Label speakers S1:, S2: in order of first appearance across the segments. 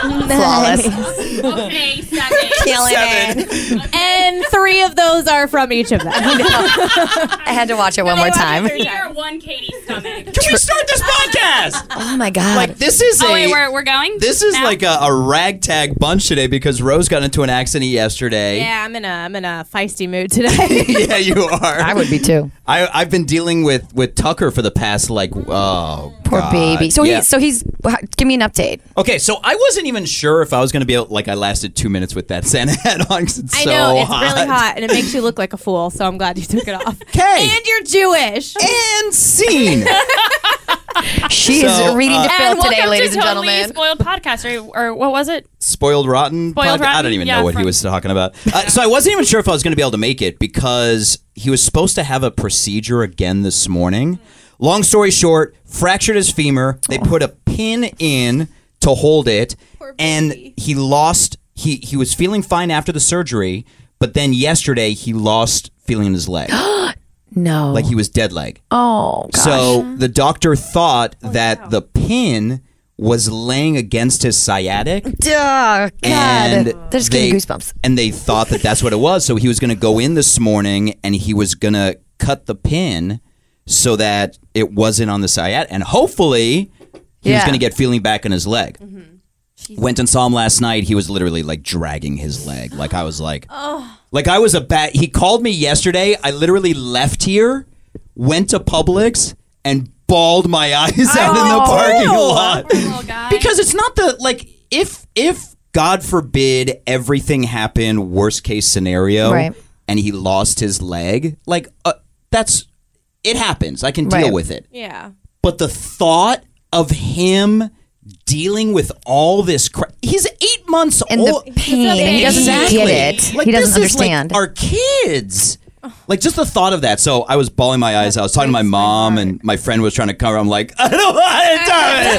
S1: Flawless.
S2: Okay, second.
S1: Killing it.
S3: And three of those are from each of them.
S1: I had to watch it one more time.
S2: We are one Katie's stomach.
S4: Can we start this podcast?
S1: Oh my god.
S4: Like this is
S2: Oh,
S4: a
S2: wait, we're, we're going?
S4: this is
S2: Now?
S4: like a, a ragtag bunch today because Rose got into an accident yesterday.
S3: yeah, I'm in a I'm in a feisty mood today.
S4: yeah, you are.
S1: I would be too.
S4: I, I've been dealing with with Tucker for the past like oh
S1: Poor
S4: God.
S1: baby. So
S4: Yeah.
S1: he so he's give me an update.
S4: okay. So I wasn't even sure if I was gonna be able, like I lasted two minutes with that Santa hat on. 'cause It's
S3: I
S4: so
S3: know it's really hot, and it makes you look like a fool. So I'm glad you took it off.
S4: 'Kay.
S3: and you're Jewish.
S4: And scene.
S1: She
S4: So,
S1: is reading
S4: uh,
S1: to Phil
S2: and
S1: today,
S2: welcome
S1: ladies
S2: to
S1: and
S2: totally
S1: gentlemen.
S2: Spoiled Podcast, or, or what was it?
S4: Spoiled Rotten.
S2: Spoiled
S4: Podcast? I
S2: Rotten,
S4: don't even
S2: yeah,
S4: know what he
S2: from-
S4: was talking about. Uh, so I wasn't even sure if I was going to be able to make it because he was supposed to have a procedure again this morning. Long story short, fractured his femur.
S2: Oh.
S4: They put a pin in to hold it, and he lost. He he was feeling fine after the surgery, but then yesterday he lost feeling in his leg,
S1: No.
S4: like he was dead leg.
S1: oh gosh.
S4: So the doctor thought
S2: Oh,
S4: that the pin was laying against his sciatic
S1: Duh, God.
S4: and
S1: They're just getting goosebumps.
S4: And they thought that that's what it was. So he was going to go in this morning and he was going to cut the pin so that it wasn't on the sciatic. And hopefully he was
S1: Yeah. Mm-hmm.
S4: going to get feeling back in his leg. Went and saw him last night. He was literally like dragging his leg. Like I was like,
S1: Oh,
S4: like I was a bat. He called me yesterday. I literally left here, went to Publix, and bawled my eyes out in
S1: Oh.
S4: the parking lot because it's not the like if if god forbid everything happened worst case scenario
S1: Right.
S4: and he lost his leg like uh, that's it happens i can deal
S1: Right.
S4: with it
S3: Yeah.
S4: but the thought of him dealing with all this crap he's eight months
S1: And the
S4: old
S1: pain, and he doesn't
S4: Oh, exactly.
S1: get it.
S4: Like,
S1: he doesn't
S4: this is, like,
S1: understand.
S4: our kids like just the thought of that. So I was bawling my eyes. I was talking to my mom, and my friend was trying to cover. I'm like, I don't want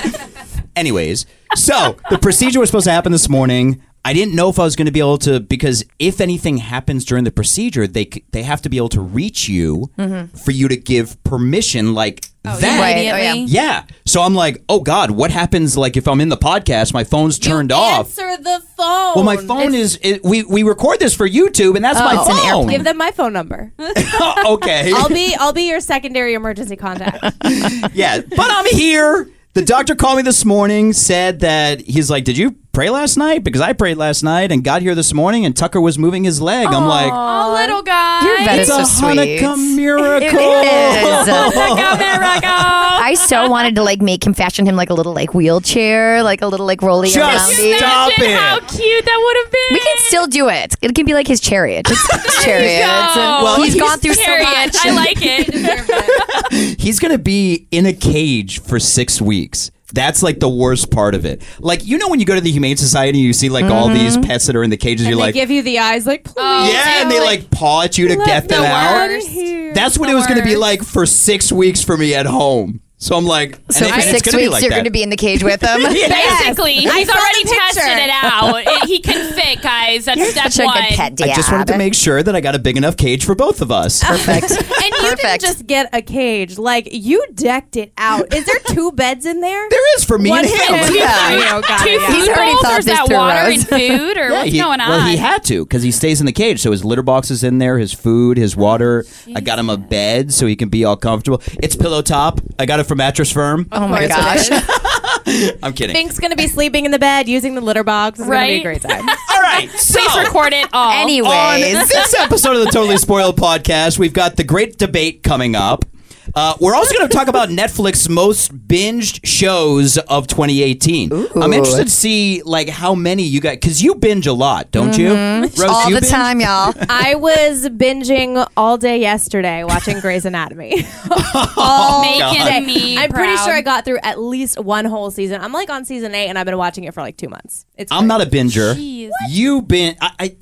S4: to do it. Anyways, so the procedure was supposed to happen this morning. I didn't know if I was going to be able to because if anything happens during the procedure, they c- they have to be able to reach you for you to give permission. Like that,
S1: Right, Mm-hmm. oh, yeah.
S4: yeah. So I'm like, oh God, what happens? Like if I'm in the podcast, my phone's turned off.
S3: Answer the phone.
S4: Well, my phone is it, we we record this for YouTube, and that's my
S1: it's an
S4: phone.
S3: Give them my phone number.
S4: okay.
S3: I'll be I'll be your secondary emergency contact.
S4: yeah, but I'm here. The doctor called me this morning, said that he's like, "Did you pray last night?" Because I prayed last night and got here this morning, and Tucker was moving his leg. I'm like,
S2: Oh, little guy.
S1: Your vet
S4: "It's
S1: is so
S4: a
S1: sweet.
S4: Hanukkah miracle."
S1: It is.
S2: America.
S1: I so wanted to like make him fashion him like a little like wheelchair, like a little like rolly
S4: Just
S1: around.
S4: stop
S2: Imagine how
S4: it.
S2: cute that would have been.
S1: We can still do it. It can be like his chariot. Just his chariot. And
S4: Well,
S1: he's
S4: he's
S1: gone through so
S2: Period.
S1: much.
S2: I like it.
S4: He's gonna be in a cage for six weeks. That's like the worst part of it. Like you know when you go to the Humane Society, and you see like all these pets that are in the cages.
S3: And
S4: you're
S3: they
S4: like,
S3: give you the eyes like please.
S4: yeah, and they like paw at you to get them out. That's what it was going to be like for six weeks for me at home. So I'm like,
S1: So
S4: and,
S1: for
S4: and it's
S1: six
S4: gonna be
S1: weeks,
S4: like
S1: you're
S4: that.
S1: going to be in the cage with him.
S2: Basically, he's
S3: saw the
S2: already
S3: picture.
S2: tested it out. It- he can fit, guys. That's step
S1: Such a
S2: one.
S1: good pet dad.
S4: I just wanted to make sure that I got a big enough cage for both of us.
S1: Uh, perfect.
S3: And you didn't
S1: Perfect.
S3: just get a cage. Like you decked it out. Is there two beds in there?
S4: there is for me
S3: One
S4: and him.
S3: for you.
S1: Yeah.
S3: You know, got
S2: Two
S3: it, Oh, yeah.
S2: food
S1: He's already
S2: bowls,
S1: thought
S2: or is
S1: this
S2: that
S1: through,
S2: water
S1: Rose.
S2: and food, or what's
S4: he,
S2: going on?
S4: Well, he had to because he stays in the cage, so his litter box is in there, his food, his water. I got him a bed so he can be all comfortable. It's pillow top. I got it from Mattress Firm.
S1: Oh my gosh.
S4: I'm kidding.
S3: Fink's gonna be sleeping in the bed using the litter box. It's gonna be a
S2: Right?
S3: great time.
S4: all right, so
S2: Please record it all.
S1: Anyways,
S4: on this episode of the Totally Spoiled podcast, we've got the great debate coming up. Uh, we're also going to talk about Netflix most binged shows of 2018. I'm interested to see like how many you got because you binge a lot, don't you? Rose,
S1: Mm-hmm. all
S4: you
S1: the
S4: binge?
S1: time, y'all.
S3: I was binging all day yesterday watching Grey's Anatomy. all
S2: Making
S3: day.
S2: me
S3: I'm pretty
S2: proud.
S3: sure I got through at least one whole season. I'm like on season eight, and I've been watching it for like two months. It's
S4: I'm
S3: great.
S4: not a binger.
S2: Jeez.
S4: You bin I. I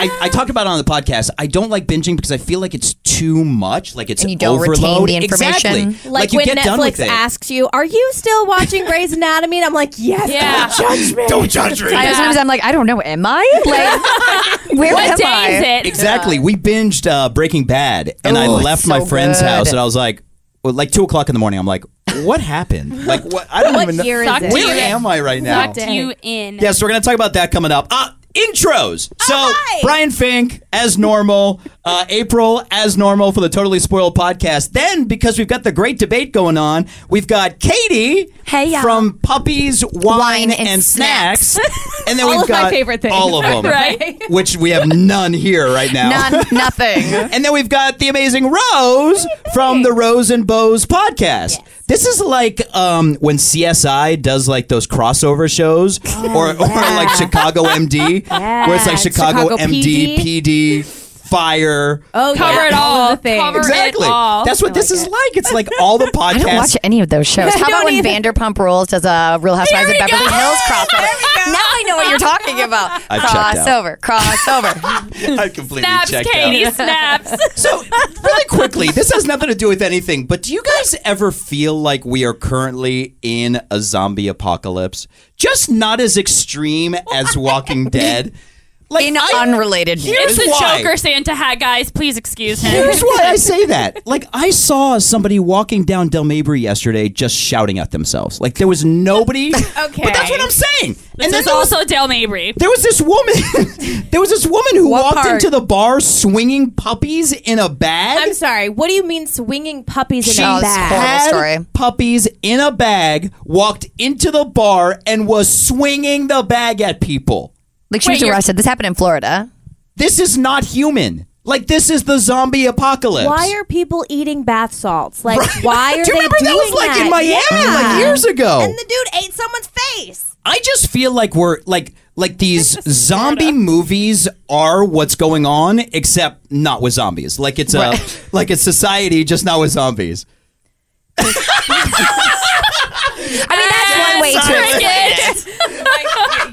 S4: I, I talked about it on the podcast. I don't like binging because I feel like it's too much. Like it's
S1: And you don't retain
S4: overload.
S1: the information.
S4: Exactly.
S3: like,
S4: you
S3: when
S4: get
S3: Netflix
S4: done with it.
S3: asks you, "Are you still watching Grey's Anatomy?" and I'm like, "Yes."
S2: Yeah.
S3: Don't judge me.
S4: Don't judge me.
S1: I, sometimes I'm like, I don't know. Am I? Like, where
S2: What
S1: am
S2: day
S1: I?
S2: is it?
S4: Exactly. We binged uh, Breaking Bad, and I
S1: Oh, it's
S4: left
S1: so
S4: my friend's
S1: good.
S4: house, and I was like, well, like two o'clock in the morning. I'm like, what happened? Like, what? I don't even know.
S3: year is
S2: Sucked
S3: it?
S2: you
S4: Where
S2: in.
S4: am I right now?
S2: Sucked you in.
S4: Yeah, so we're gonna talk about that coming up. Uh, intros. So Brian Fink as normal, uh, April as normal for the Totally Spoiled podcast. Then because we've got the great debate going on, we've got Katie
S1: Hey, y'all.
S4: from Puppies, Wine,
S1: Wine
S4: and,
S1: and
S4: Snacks, and then
S3: All
S4: we've
S3: of my
S4: got
S3: favorite things.
S4: all of them,
S2: Right.
S4: Which we have none here right now.
S1: None, nothing.
S4: And then we've got the amazing Rose from the Rose and Bows podcast. This is like um, when CSI does like those crossover shows, or, or like Chicago MD, where it's like Chicago,
S3: Chicago
S4: MD, PD, Fire.
S3: Oh,
S2: Cover
S3: yeah.
S2: it all.
S3: the things.
S2: Cover
S4: exactly.
S2: it all.
S4: That's what this is like. It's like all the podcasts.
S1: I don't watch any of those shows. How about
S3: don't
S1: when Vanderpump Rules does a Real Housewives of
S2: There we
S1: Beverly
S2: go.
S1: Hills crossover? Now I know what you're talking about.
S4: I checked
S1: crossover, crossover.
S4: I completely
S2: Snaps,
S4: checked
S2: Katie,
S4: out.
S2: snaps.
S4: So really quickly, this has nothing to do with anything, but do you guys ever feel like we are currently in a zombie apocalypse? Just not as extreme as Walking Dead. Like
S1: In
S4: I-
S1: unrelated
S2: It's
S1: news.
S2: the
S4: why.
S2: Joker Santa hat, guys. Please excuse him.
S4: Here's why I say that. Like I saw somebody walking down Del Mabry yesterday just shouting at themselves. Like there was nobody. okay. But that's what I'm saying.
S2: This is
S4: there was-
S2: also Dale Mabry.
S4: There was this woman. there was this woman who walked
S3: What part?
S4: into the bar swinging puppies in a bag.
S3: I'm sorry. What do you mean swinging puppies in
S4: She
S3: a
S1: Oh, it's
S3: bag?
S1: horrible.
S4: had
S1: story.
S4: puppies in a bag, walked into the bar, and was swinging the bag at people.
S1: Like she
S2: Wait,
S1: was
S2: you're-
S1: arrested. This happened in Florida.
S4: This is not human. Like this is the zombie apocalypse.
S3: Why are people eating bath salts? Like, why are
S4: Do you
S3: they
S4: remember
S3: doing
S4: that was like
S3: that?
S4: in Miami like years ago?
S3: And the dude ate someone's face.
S4: I just feel like we're like like these zombie movies are what's going on, except not with zombies. Like it's a like it's society, just not with zombies.
S1: I mean, that's one way to explain it.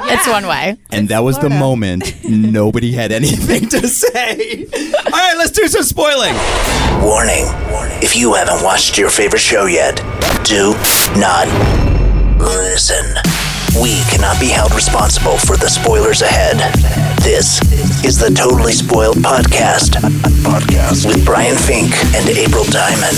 S1: It's one way.
S4: And that was the moment nobody had anything to say. All right, let's do some spoiling.
S5: Warning. If you haven't watched your favorite show yet, do not listen. We cannot be held responsible for the spoilers ahead. This is the Totally Spoiled Podcast. Podcast with Brian Fink and April Diamond.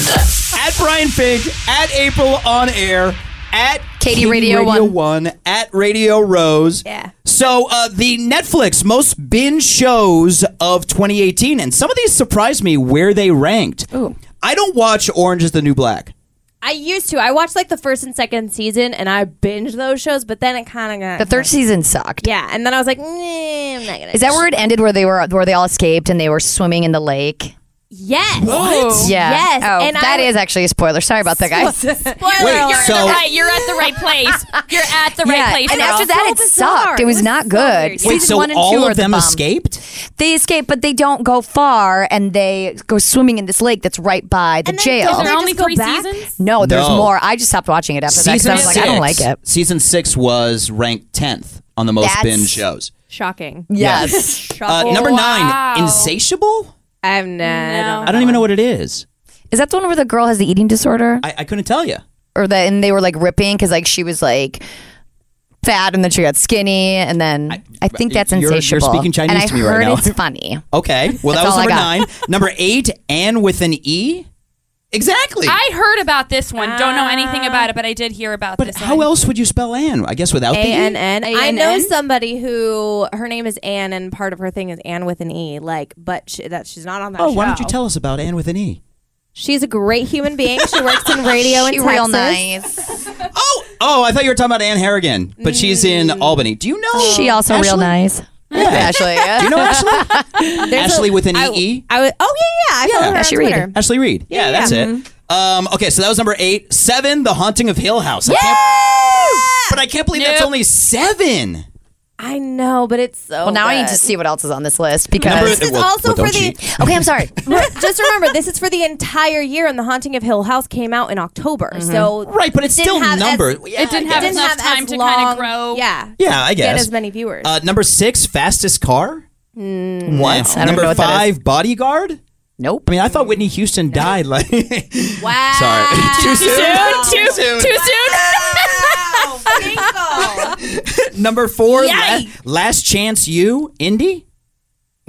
S4: at Brian Fink, at April on air, at
S1: Katie Radio One.
S4: at Radio Rose. Yeah. So uh, the Netflix most binge shows of 2018, and some of these surprised me where they ranked. Ooh. I don't watch Orange Is the New Black.
S3: I used to. I watched like the first and second season, and I binged those shows. But then it kind of got
S1: The third season sucked.
S3: Yeah, and then I was like, nah, I'm not gonna.
S1: Is that where it ended? Where they were, where they all escaped and they were swimming in the lake.
S3: yes?
S1: Yeah.
S3: Yes.
S1: Oh,
S3: and
S1: that
S3: I,
S1: is actually a spoiler. Sorry about that, guys.
S3: Spoiler
S4: Wait,
S3: alert.
S2: You're
S4: so- uh,
S2: at the right. You're at the right place. You're at the right
S1: Yeah,
S2: place.
S1: and
S2: girl.
S1: after that, it
S3: So
S1: sucked.
S3: bizarre.
S1: It was
S3: It was
S1: not
S3: so
S1: good.
S3: weird.
S1: Season
S4: Wait, so
S1: one and two
S4: all
S1: are
S4: of
S1: the
S4: them
S1: bomb.
S4: escaped?
S1: They escape, but they don't go far, and they go swimming in this lake that's right by the
S3: And then
S1: jail.
S3: does
S2: Is there
S3: They
S2: only
S3: just go
S2: three
S3: back?
S2: seasons?
S1: no, there's
S4: No.
S1: more. I just stopped watching it after that 'cause I was like, I don't like it.
S4: Season six was ranked tenth on the most
S1: That's-
S4: binge shows.
S3: shocking.
S1: Yes.
S4: Uh, number
S2: Wow.
S4: nine, Insatiable.
S3: I've no,
S2: No.
S4: I don't even know what it is.
S1: Is that the one where the girl has the eating disorder,
S4: I, I couldn't tell you.
S1: or that and they were like ripping because like she was like fat and then she got skinny and then I, think that's
S4: You're- you're
S1: insatiable.
S4: speaking Chinese
S1: and I
S4: to me right
S1: heard
S4: now.
S1: It's funny.
S4: Okay. Well, that
S1: That's
S4: was
S1: all I
S4: number
S1: got.
S4: nine. Number eight, and with an E. Exactly.
S2: I heard about this one. Don't know anything about it, but I did hear about
S4: Ah. but
S2: this.
S4: how
S2: one.
S4: else would you spell Anne? I guess without the E?
S3: A-N-N. I know somebody who her name is Anne, and part of her thing is Anne with an E. Like, but she, that she's not on that.
S4: Oh,
S3: show.
S4: why don't you tell us about Anne with an E?
S3: She's a great human being. She works in radio in
S1: She
S3: Texas.
S1: real nice.
S4: Oh, oh, I thought you were talking about Anne Harrigan, but she's in Albany. Do you know?
S1: Mm. She also
S4: Ashley?
S1: real nice. Ashley, yeah.
S4: Do you know Ashley? Ashley with an
S3: I,
S4: E.
S3: I was. Oh yeah, yeah. I
S4: Yeah.
S3: followed her
S1: Ashley
S3: on
S1: Reed.
S3: Twitter.
S4: Ashley Reed. Yeah, that's it.
S1: Mm-hmm.
S4: Um, okay, so that was number eight. Seven, The Haunting of Hill House. I can't, but I can't believe that's only seven.
S3: I know, but it's so.
S1: Well, now I need to see what else is on this list because.
S3: This is
S4: Well, well,
S3: also for
S4: don't
S3: the.
S4: cheat.
S1: Okay, I'm sorry.
S3: Just remember, this is for the entire year, and The Haunting of Hill House came out in October. So
S4: Right, but it's
S3: didn't
S4: still
S3: have as-
S4: numbered. Yeah,
S2: It didn't
S3: it
S2: have
S3: didn't
S2: enough
S3: have
S2: time
S3: as
S2: to
S3: long,
S2: kind of grow.
S3: Yeah,
S4: Yeah, I
S3: get
S4: guess.
S3: as many viewers.
S4: Uh, number six, Fastest Car. What?
S1: I don't
S4: number
S1: know what that
S4: five, Bodyguard.
S1: Nope.
S4: I mean, I thought Whitney Houston died. Like,
S3: wow.
S4: sorry, too soon.
S2: Too, too soon.
S4: Number four, la- Last Chance You, Indie.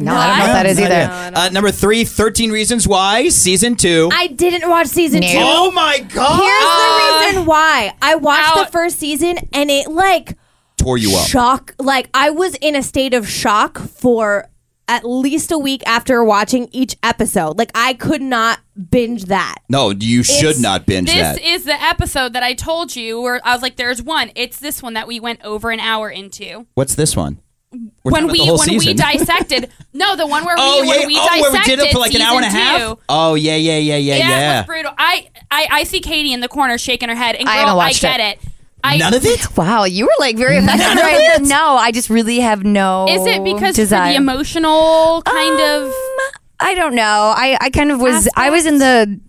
S1: No, I don't know what that is
S4: No idea.
S1: either.
S4: Uh, number three, 13 Reasons Why, Season Two.
S3: I didn't watch season
S1: No.
S3: two.
S4: oh my God!
S3: Here's the reason why. I watched
S2: Ow.
S3: the first season and it like
S4: Tore you up.
S3: shock like I was in a state of shock for at least a week after watching each episode. Like I could not binge that.
S4: No, you should not binge
S2: This
S4: that.
S2: is the episode that I told you where I was like, "There's one. It's this one that we went over an hour into
S4: What's this one? We're
S2: when
S4: talking about the
S2: we
S4: whole
S2: when we
S4: season.
S2: dissected. no, the one where we
S4: Oh
S2: where
S4: yeah!
S2: we
S4: oh, where
S2: dissected
S4: we did it for like an hour and a
S2: season
S4: half.
S2: two.
S4: Oh yeah, yeah, yeah, yeah,
S2: Yeah, it
S4: yeah.
S2: was brutal. I, I I see Katie in the corner shaking her head, and
S1: I
S2: girl,
S1: haven't
S2: I,
S1: watched
S2: get it.
S1: it.
S2: I,
S4: None of it.
S1: Wow, you were like very effective right No, I just really have no.
S2: Is it because for
S1: Oh, desire.
S2: the emotional kind of?
S1: I don't know. I, I kind of was I was in the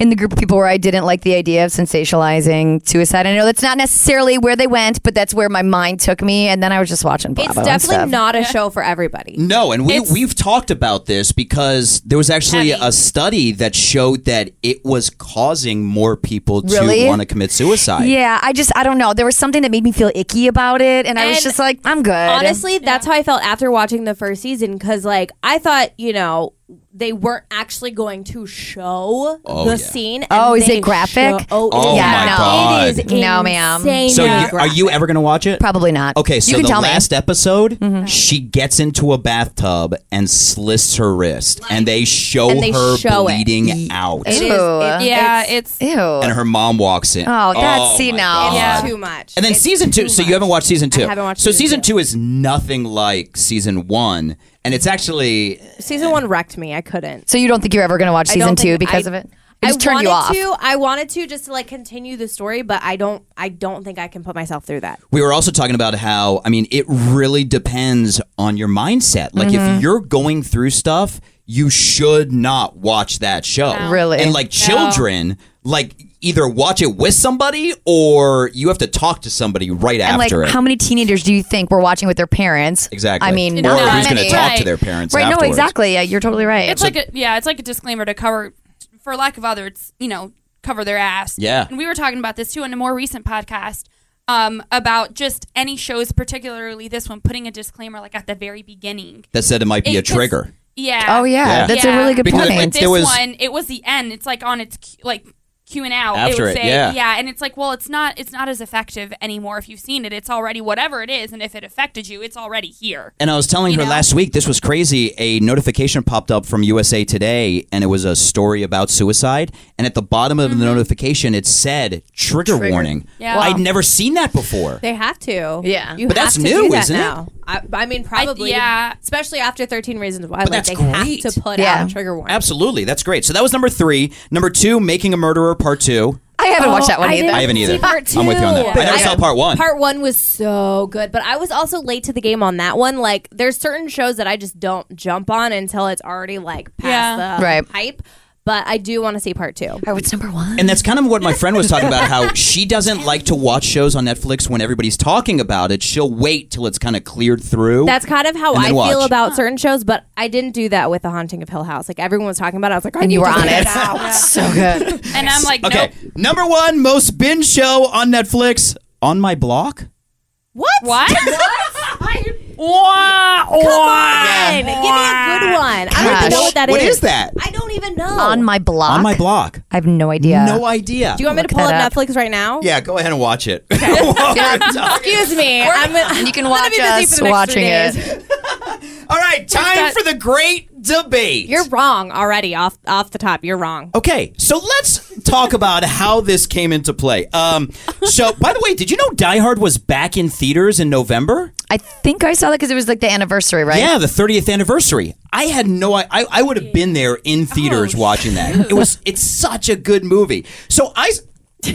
S1: in the group of people where I didn't like the idea of sensationalizing suicide. I know that's not necessarily where they went, but that's where my mind took me. And then I was just watching. Bravo
S3: It's
S1: and
S3: definitely
S1: stuff.
S3: not a show for everybody.
S4: No, and we we've talked about this because there was actually
S2: Heavy.
S4: a study that showed that it was causing more people
S1: Really?
S4: to want to commit suicide.
S1: Yeah, I just I don't know. There was something that made me feel icky about it, and I was
S3: And
S1: just like, I'm good.
S3: Honestly, that's how I felt after watching the first season cuz like I thought, you know, they weren't actually going to show the
S4: yeah.
S3: scene. and
S1: Oh, is
S3: they
S1: it graphic?
S3: show- oh,
S4: Oh
S3: it is
S1: Yeah,
S4: my
S1: no.
S4: god!
S3: It is
S1: No, ma'am.
S3: insanely
S4: so you, are
S3: graphic.
S4: you ever going to watch it?
S1: probably not.
S4: Okay, so
S1: you can
S4: the
S1: tell
S4: last
S1: me. Mm-hmm.
S4: episode, she gets into a bathtub and slits her wrist, and they show
S3: and they
S4: her
S3: show it.
S4: bleeding out,
S3: It is-
S1: Ew.
S3: it-
S2: Yeah,
S3: Um, it's-
S2: it's,
S1: Ew.
S4: and her mom walks in.
S1: Oh, that's- see,
S4: my
S1: no.
S4: God.
S2: Yeah.
S3: too much.
S4: And then
S3: It's
S4: season two.
S3: too
S4: So you
S3: much.
S4: haven't watched season two.
S3: I haven't watched
S4: So
S3: season
S4: season two. is nothing like season one, and it's actually
S3: Season one wrecked me. I couldn't.
S1: So you don't think you're ever going to watch
S3: I
S1: season
S3: don't
S1: two
S3: think-
S1: because
S3: I-
S1: of it? It just
S3: I
S1: turned you off.
S3: wanted To, I wanted to just to like continue the story, but I don't. I don't think I can put myself through that.
S4: we were also talking about how I mean it really depends on your mindset. Like if you're going through stuff, you should not watch that show.
S1: Really?
S4: And like children, like either watch it with somebody or you have to talk to somebody right
S1: And like,
S4: after it.
S1: how many teenagers do you think were watching with their parents?
S4: exactly.
S1: I mean,
S4: or
S1: not
S2: not
S4: who's
S1: many.
S4: going to talk to
S2: Right.
S4: their parents?
S1: Right?
S4: Afterwards.
S1: No, exactly. Yeah, you're totally right.
S2: it's like a yeah, it's like a disclaimer to cover, for lack of other, it's you know cover their ass.
S4: Yeah.
S2: and we were talking about this too in a more recent podcast um, about just any shows, particularly this one, putting a disclaimer like at the very beginning.
S4: That said, it might be
S2: It-
S4: a
S2: 'cause-
S4: trigger.
S2: Yeah.
S1: oh yeah,
S4: Yeah.
S1: that's a
S2: Yeah.
S1: really good
S4: Because, like,
S1: point.
S2: But this
S4: There was-
S2: one, it was the end. It's like on its Q- like Q and out.
S4: After
S2: it would
S4: it,
S2: say,
S4: yeah.
S2: and it's like, well, it's not, it's not as effective anymore. If you've seen it, it's already whatever it is, and if it affected you, it's already here.
S4: And I was telling
S2: You
S4: her
S2: know?
S4: last week, this was crazy. A notification popped up from USA Today, and it was a story about suicide. And at the bottom of the notification, it said trigger, warning.
S2: Mm-hmm. Yeah.
S4: I'd never seen that before.
S3: They have to.
S1: Yeah.
S3: you
S4: But
S3: have
S4: that's
S3: to
S4: new,
S3: do that
S4: isn't it?
S3: now. I, I mean, probably.
S2: yeah.
S3: Especially after Thirteen Reasons Why, like
S4: that's
S3: they
S4: great.
S3: have to put
S1: Yeah.
S3: out a trigger warning.
S4: Absolutely. That's great. So that was number three. Number two, Making a Murderer, part two.
S1: I haven't watched that one
S3: I
S1: either.
S3: didn't
S4: I haven't either.
S3: see part two.
S4: I'm with you on that. I never
S3: Yeah.
S4: saw part one.
S3: Part one was so good, but I was also late to the game on that one. Like, there's certain shows that I just don't jump on until it's already like past
S2: Yeah.
S3: the
S1: Right.
S3: hype. But I do want to see part two.
S1: Oh, it's number one.
S4: And that's kind of what my friend was talking about how she doesn't like to watch shows on Netflix when everybody's talking about it. She'll wait till it's kind of cleared through.
S3: That's kind of how
S4: And
S3: I
S4: then
S3: feel
S4: watch.
S3: about certain shows, but I didn't do that with The Haunting of Hill House. Like everyone was talking about it, I was like, I
S1: and
S3: need
S1: you were
S3: to
S1: on
S3: check
S1: it.
S3: out.
S1: so good.
S2: And I'm like,
S4: okay.
S2: nope.
S4: Number one, most binge show on Netflix, On My Block.
S3: What?
S2: What?
S3: Fine. Give me a good one. I don't even know what that is.
S4: What is that?
S3: I don't even know.
S1: On my block.
S4: On my block.
S1: I have no idea.
S4: No idea.
S3: do you want me to
S1: Look
S3: pull up
S1: that up.
S3: Netflix right now?
S4: yeah, go ahead and watch it. While we're talking.
S3: Excuse me. I'm gonna,
S1: you can
S3: I'm gonna
S1: watch
S3: be busy for
S1: us
S3: the next
S1: watching
S3: three
S1: it.
S3: days.
S4: All right, time for the great debate.
S3: You're wrong already. Off off the top, you're wrong.
S4: okay, so let's talk about how this came into play. Um, so, by the way, did you know Die Hard was back in theaters in November?
S1: I think I saw that because it was like the anniversary, right?
S4: Yeah, the 30th anniversary. I had no I I, I would have been there in
S3: Oh,
S4: theaters watching that. It was it's such a good movie. So I s-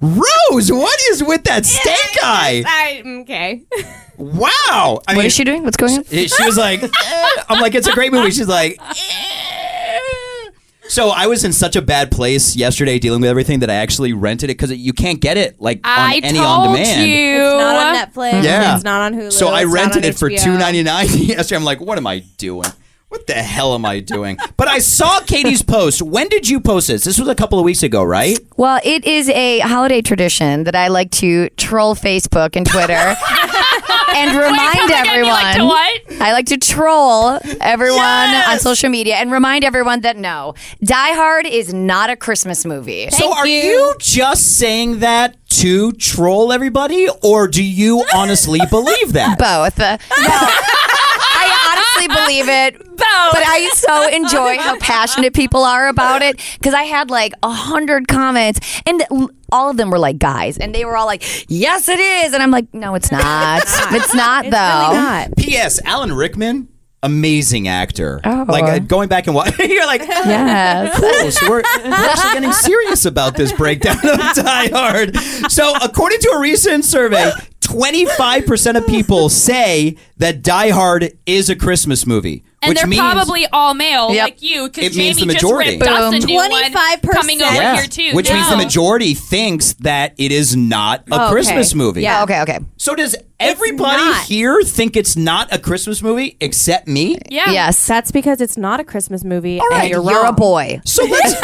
S4: Rose, what is with that steak eye?
S3: I, okay.
S4: Wow. I
S1: What
S4: mean,
S1: is she doing? What's going on?
S4: she was like eh. I'm like it's a great movie. She's like eh. So I was in such a bad place yesterday dealing with everything that I actually rented it because you can't get it like
S2: I
S4: on any
S2: told
S4: on demand.
S2: you.
S3: It's not on Netflix.
S4: Yeah.
S3: It's not on Hulu.
S4: So I
S3: it's not
S4: rented
S3: on
S4: it for
S3: HBO.
S4: two ninety nine yesterday. I'm like, what am I doing? What the hell am I doing? But I saw Katie's post. When did you post this? This was a couple of weeks ago, right?
S1: Well, it is a holiday tradition that I like to troll Facebook and Twitter and remind
S2: again, you
S1: everyone.
S2: like to what?
S1: I like to troll everyone on social media and remind everyone that no, Die Hard is not a Christmas movie.
S4: so are you. just saying that to troll everybody, or do you honestly believe that?
S1: Both. Uh, no. I honestly believe it. Both. But I so enjoy how passionate people are about it because I had like a hundred comments and. l- All of them were like guys, and they were all like, "Yes, it is," and I'm like, "No, it's not. It's not, though."
S3: God.
S4: P.S. Alan Rickman, amazing actor.
S1: Oh.
S4: Like uh, going back and watching, you're like,
S1: Yes.
S4: cool. So we're, we're actually getting serious about this breakdown of Die Hard. So, according to a recent survey, 25% of people say that Die Hard is a Christmas movie.
S2: And
S4: which
S2: they're
S4: means,
S2: probably all male,
S1: Yep.
S2: like you, because
S4: It
S2: Jamie
S4: means the
S2: just
S4: majority.
S2: ripped us a
S1: Boom.
S2: new one
S3: 25%.
S2: coming over
S4: Yeah.
S2: here too.
S4: Which means
S2: Yeah. Oh,
S4: the majority thinks that it is not a Christmas movie.
S1: Yeah. Okay. Okay.
S4: So does everybody
S3: not.
S4: here think it's not a Christmas movie except me?
S2: Yeah.
S1: Yes.
S3: That's because it's not a Christmas movie.
S1: And
S3: and you're,
S1: a
S3: wrong.
S1: boy.
S4: So let's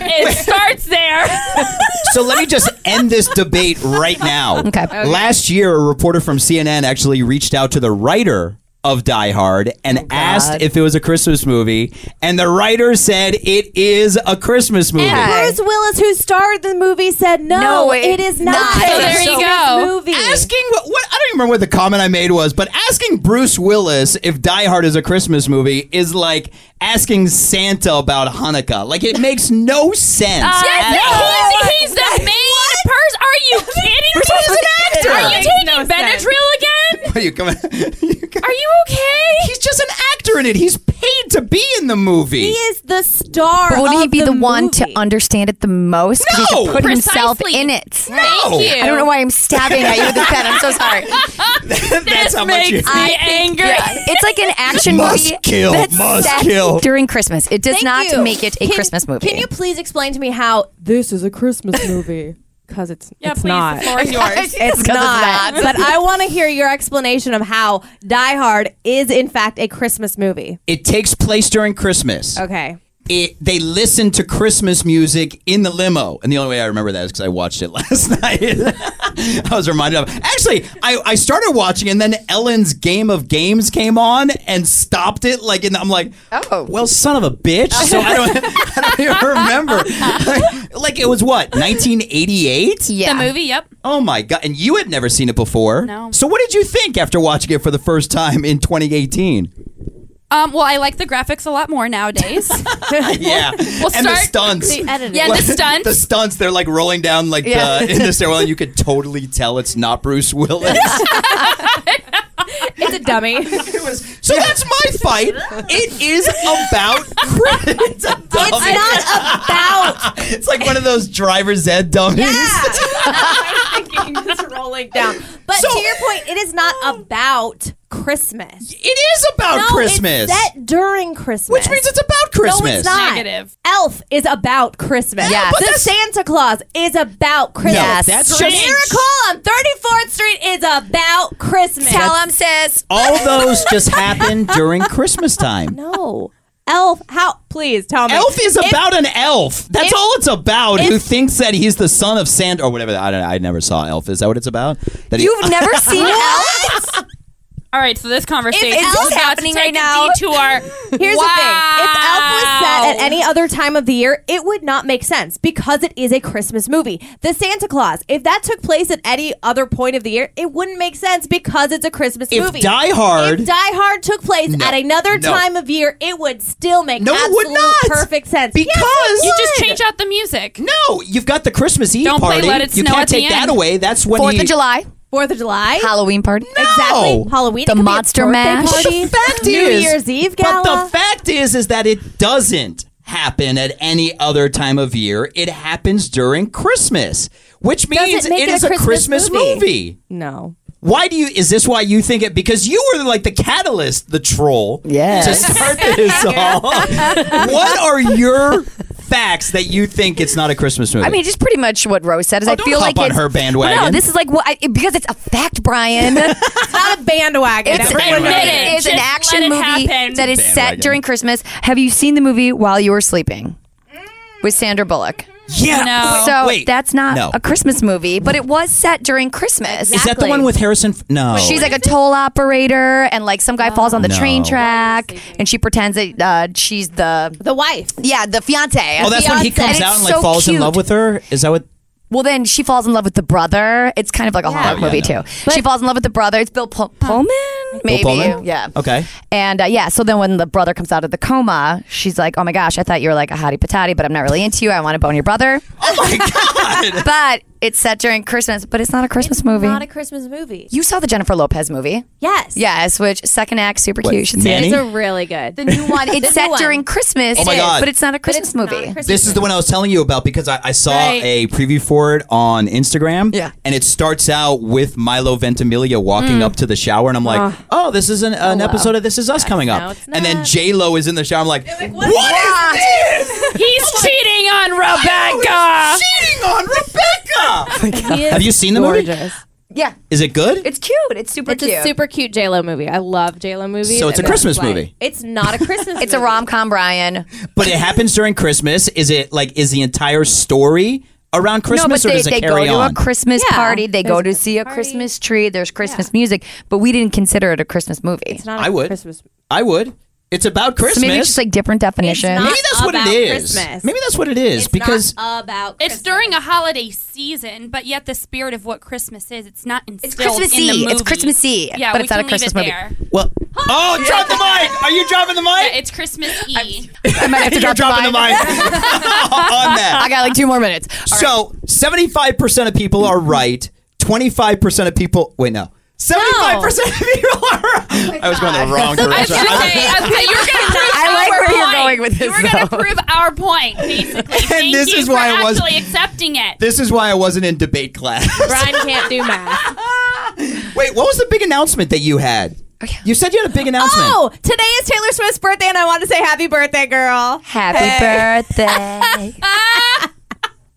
S2: It starts there.
S4: So let me just end this debate right now.
S1: Okay.
S4: Last year, a reporter from CNN actually reached out to the writer of Die Hard and
S1: Oh,
S4: asked if it was a Christmas movie, and the writer said it is a Christmas movie.
S1: Yeah.
S3: Bruce Willis, who starred in the movie, said no,
S1: No, it-
S3: it is not.
S1: not.
S3: a
S1: So
S2: there you
S3: Christmas
S2: go.
S3: Movie.
S4: Asking what, what I don't even remember what the comment I made was, but asking Bruce Willis if Die Hard is a Christmas movie is like asking Santa about Hanukkah. Like it makes no sense.
S2: Uh,
S4: at all.
S2: Yes, he's, he's the main person. Are you kidding me?
S4: He's an actor.
S2: Are you
S4: Makes
S2: taking
S3: no sense.
S2: Benadryl again?
S4: Are you coming?
S2: Are you okay?
S4: He's just an actor in it. He's paid to be in the movie.
S3: he is the star.
S1: But wouldn't he
S3: of
S1: be the, one
S3: movie.
S1: to understand it the most? 'Cause He's
S4: No!
S1: putting himself
S2: Precisely.
S1: in it.
S4: No.
S2: Thank you.
S1: I don't know why I'm stabbing at you with a pen. I'm so sorry.
S4: That's
S2: This
S4: how much
S2: makes
S4: you.
S2: me angry.
S1: It's like an action
S4: Must
S1: movie.
S4: kill,
S1: that's
S4: must
S1: set
S4: kill.
S1: During Christmas, it does
S3: Thank
S1: not
S3: you.
S1: make it a
S3: Can-
S1: Christmas movie.
S3: Can you please explain to me how this is a Christmas movie? Because it's
S2: Yeah,
S3: it's
S2: please.
S3: not.
S2: The floor is yours.
S1: It's
S3: not. but I want to hear your explanation of how Die Hard is in fact a Christmas movie.
S4: It takes place during Christmas.
S3: Okay.
S4: It, they listen to Christmas music in the limo, and the only way I remember that is because I watched it last night. I was reminded of. Actually, I, I started watching, and then Ellen's Game of Games came on and stopped it. Like, and I'm like,
S1: Oh.
S4: well, son of a bitch. So I don't, I don't even remember. like, it was what 1988.
S1: Yeah.
S2: The movie, yep.
S4: Oh my god! And you had never seen it before.
S2: No.
S4: So what did you think after watching it for the first time in 2018?
S2: Um, well, I like the graphics a lot more nowadays.
S4: yeah. and the
S2: start-
S4: stunts.
S2: yeah, the stunts.
S4: The stunts. They're like rolling down like
S1: Yeah.
S4: the, in the stairwell, and you could totally tell it's not Bruce Willis.
S3: It's a dummy.
S4: It was- so that's my fight. It is about Chris. It's, a dummy.
S3: Oh, It's not about
S4: It's like one of those driver's ed dummies.
S3: just rolling down. But
S4: So-
S3: to your point, it is not about Christmas.
S4: It is about
S3: No,
S4: Christmas.
S3: It's set during Christmas.
S4: which means it's about Christmas.
S3: No, it's not.
S2: Negative.
S3: Elf is about Christmas.
S1: Yeah, but
S3: the
S4: that's-
S3: Santa Claus is about Christmas.
S1: Yes. that's
S3: The
S4: just-
S3: Miracle on 34th Street is about Christmas.
S1: Tell him, sis.
S4: All those just happen during Christmas time.
S3: No. Elf, how? Please tell me.
S4: Elf is
S3: If-
S4: about an elf. That's
S3: if-
S4: all it's about. who
S3: if-
S4: thinks that he's the son of Santa or whatever? I don't. I never saw Elf. Is that what it's about? That he-
S1: You've never seen Elf?
S2: All right, so this conversation
S1: If
S2: is
S1: Elf
S2: about
S1: happening
S2: to take
S1: right now-
S2: a detour.
S3: Here's the thing. If Elf was set at any other time of the year, it would not make sense because it is a Christmas movie. The Santa Claus, if that took place at any other point of the year, it wouldn't make sense because it's a Christmas
S4: If
S3: movie.
S4: Die Hard-
S3: If Die Hard took place at another
S4: No.
S3: time of year, it would still make
S4: No, it
S3: absolute
S4: would not.
S3: perfect sense.
S4: Because-
S3: Yes, it
S4: You
S2: just
S3: would.
S2: change out the music.
S4: no, you've got the Christmas Eve
S2: Don't play
S4: party.
S2: Let It
S4: you
S2: Snow
S4: can't
S2: at the
S4: take that
S2: end.
S4: away. That's when
S1: Fourth
S4: he-
S1: of July.
S3: Fourth of July.
S1: Halloween party.
S3: Exactly. Halloween.
S1: The
S3: it could be a
S1: monster
S3: birthday
S1: mash.
S3: Party.
S4: The fact
S3: New
S4: is,
S3: Year's Eve
S4: But
S3: gala.
S4: the fact is, is that it doesn't happen at any other time of year. It happens during Christmas, which means
S3: make
S4: it
S3: it a
S4: is a
S3: Christmas
S4: Christmas
S3: movie.
S4: movie.
S3: no.
S4: Why do you? Is this why you think it? Because you were like the catalyst, the troll.
S1: Yes.
S4: To start this all. what are your facts that you think it's not a Christmas movie?
S1: I mean, just pretty much what Rose said. Is I
S4: Oh, don't
S1: feel
S4: hop
S1: like
S4: on
S1: it's,
S4: her bandwagon.
S1: Well, no, this is like what I, because it's a fact, Brian.
S3: It's not a bandwagon.
S1: It's,
S4: Everyone
S1: admit
S4: knows.
S1: it. It is
S2: Just
S1: an
S2: let
S1: action
S2: it
S1: movie
S2: happen.
S1: that is set
S4: Bandwagon.
S1: during Christmas. Have you seen the movie While You Were Sleeping with Sandra Bullock?
S4: yeah.
S2: No.
S1: so
S4: wait,
S1: that's not
S4: no.
S1: a Christmas movie, but it was set during Christmas.
S4: Is that the one with Harrison? F- no.
S1: She's like a toll operator, and like some guy falls on the
S4: No.
S1: train track, and she pretends that uh, she's the
S3: the wife.
S1: yeah the fiance.
S4: Oh, that's when he comes out and like falls in love with her. Is that what?
S1: Well, then she falls in love with the brother. It's kind of like a Hallmark
S4: Oh, yeah,
S1: movie
S4: no.
S1: too. she falls in love with the brother. It's Bill Pull- Pullman, maybe.
S4: Pullman?
S1: Yeah.
S4: Okay.
S1: And uh, yeah, so then when the brother comes out of the coma, she's like, "Oh my gosh, I thought you were like a hottie patati, but I'm not really into you. I want to bone your brother."
S4: Oh my god!
S1: But it's set during Christmas, but it's not a Christmas movie.
S3: Not a Christmas movie.
S1: you saw the Jennifer Lopez movie,
S3: Yes.
S1: yes? Which second act, super cute. You should see
S4: Nanny?
S1: it.
S3: It's a really good. The new one.
S1: It's set during Christmas.
S4: Oh my God.
S1: But it's not a
S3: But
S1: Christmas
S3: it's not a
S1: movie.
S3: Christmas
S4: This is the one I was telling you about because I, I saw
S2: Right.
S4: a preview for it on Instagram.
S1: Yeah.
S4: And it starts out with Milo Ventimiglia walking up to the shower, and I'm like, oh, this is an, an episode of This Is Us coming up. And then J Lo is in the shower. I'm like, what is this?
S2: He's cheating on
S4: I
S2: Rebecca.
S4: was cheating on Rebecca.
S3: He is
S4: Have you seen the movie?
S3: gorgeous.
S1: yeah,
S4: Is it good?
S1: it's cute. It's super
S3: It's
S1: cute.
S3: a super cute J Lo movie. I love J Lo movies.
S4: So it's a
S3: And this
S4: Christmas
S3: is why-
S4: movie.
S3: It's not a Christmas.
S1: it's a
S3: movie.
S1: rom com, Brian.
S4: but it happens during Christmas. Is it like is the entire story around Christmas,
S1: no,
S4: or
S1: but
S4: does
S1: they,
S4: it
S1: they
S4: carry
S1: go
S4: on?
S1: to a Christmas
S3: Yeah.
S1: party. They
S3: There's
S1: go
S3: a
S1: to
S3: Christmas
S1: see a
S3: party.
S1: Christmas tree. There's Christmas music, but we didn't consider it a Christmas movie.
S3: It's not a
S4: I would.
S3: Christmas.
S4: I would. It's about Christmas.
S1: so maybe it's just like different definitions.
S3: not-
S4: Maybe that's what it
S3: about
S4: is.
S3: Christmas.
S4: Maybe that's what it is
S3: It's
S4: because
S3: not about
S2: It's
S3: Christmas.
S2: during a holiday season, but yet the spirit of what Christmas is, it's not instilled
S1: Christmassy.
S2: in the movie.
S1: It's Christmassy,
S2: Yeah,
S1: but
S2: we
S1: it's not
S2: can
S1: a
S2: leave
S1: Christmas
S2: it
S1: movie.
S2: there.
S4: well, oh, drop the mic. Are you dropping the
S2: But
S4: mic?
S2: it's Christmas Eve.
S1: I might have to
S4: You're
S1: drop
S4: dropping the mic on
S1: I
S4: that.
S1: got like two more minutes. All right.
S4: So seventy-five percent of people are right. Twenty-five percent of people. Wait, no. Seventy-five percent of people are.
S3: Oh
S4: I was going the wrong
S2: I was
S4: direction.
S2: gonna say, I was gonna say, you're gonna prove
S1: I like
S2: our
S1: where you're
S2: point.
S1: going with this,
S2: You were gonna
S1: though.
S2: prove our point, basically. Thank
S4: this
S2: you
S4: is
S2: for
S4: why I was-
S2: actually accepting it.
S4: This is why I wasn't in debate class.
S3: Brian can't do math.
S4: Wait, what was the big announcement that you had? You said you had a big announcement.
S3: Oh, today is Taylor Swift's birthday, and I want to say happy birthday, girl.
S1: Happy birthday.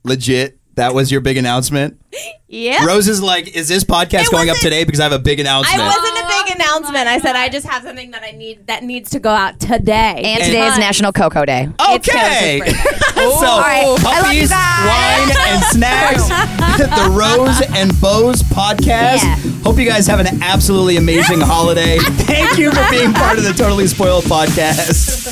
S4: Legit. That was your big announcement.
S3: Yeah.
S4: Rose is like, is this podcast
S3: It
S4: going up
S3: wasn't-
S4: today because I have a big
S3: I
S4: announcement?
S3: wasn't a big announcement. I said I just have something that I need that needs to go out today.
S1: and today is National Cocoa Day.
S4: Okay. so, puppies, wine, and snacks. the Rose and Bows podcast.
S1: Yeah.
S4: Hope you guys have an absolutely amazing holiday. Thank you for being part of the Totally Spoiled podcast.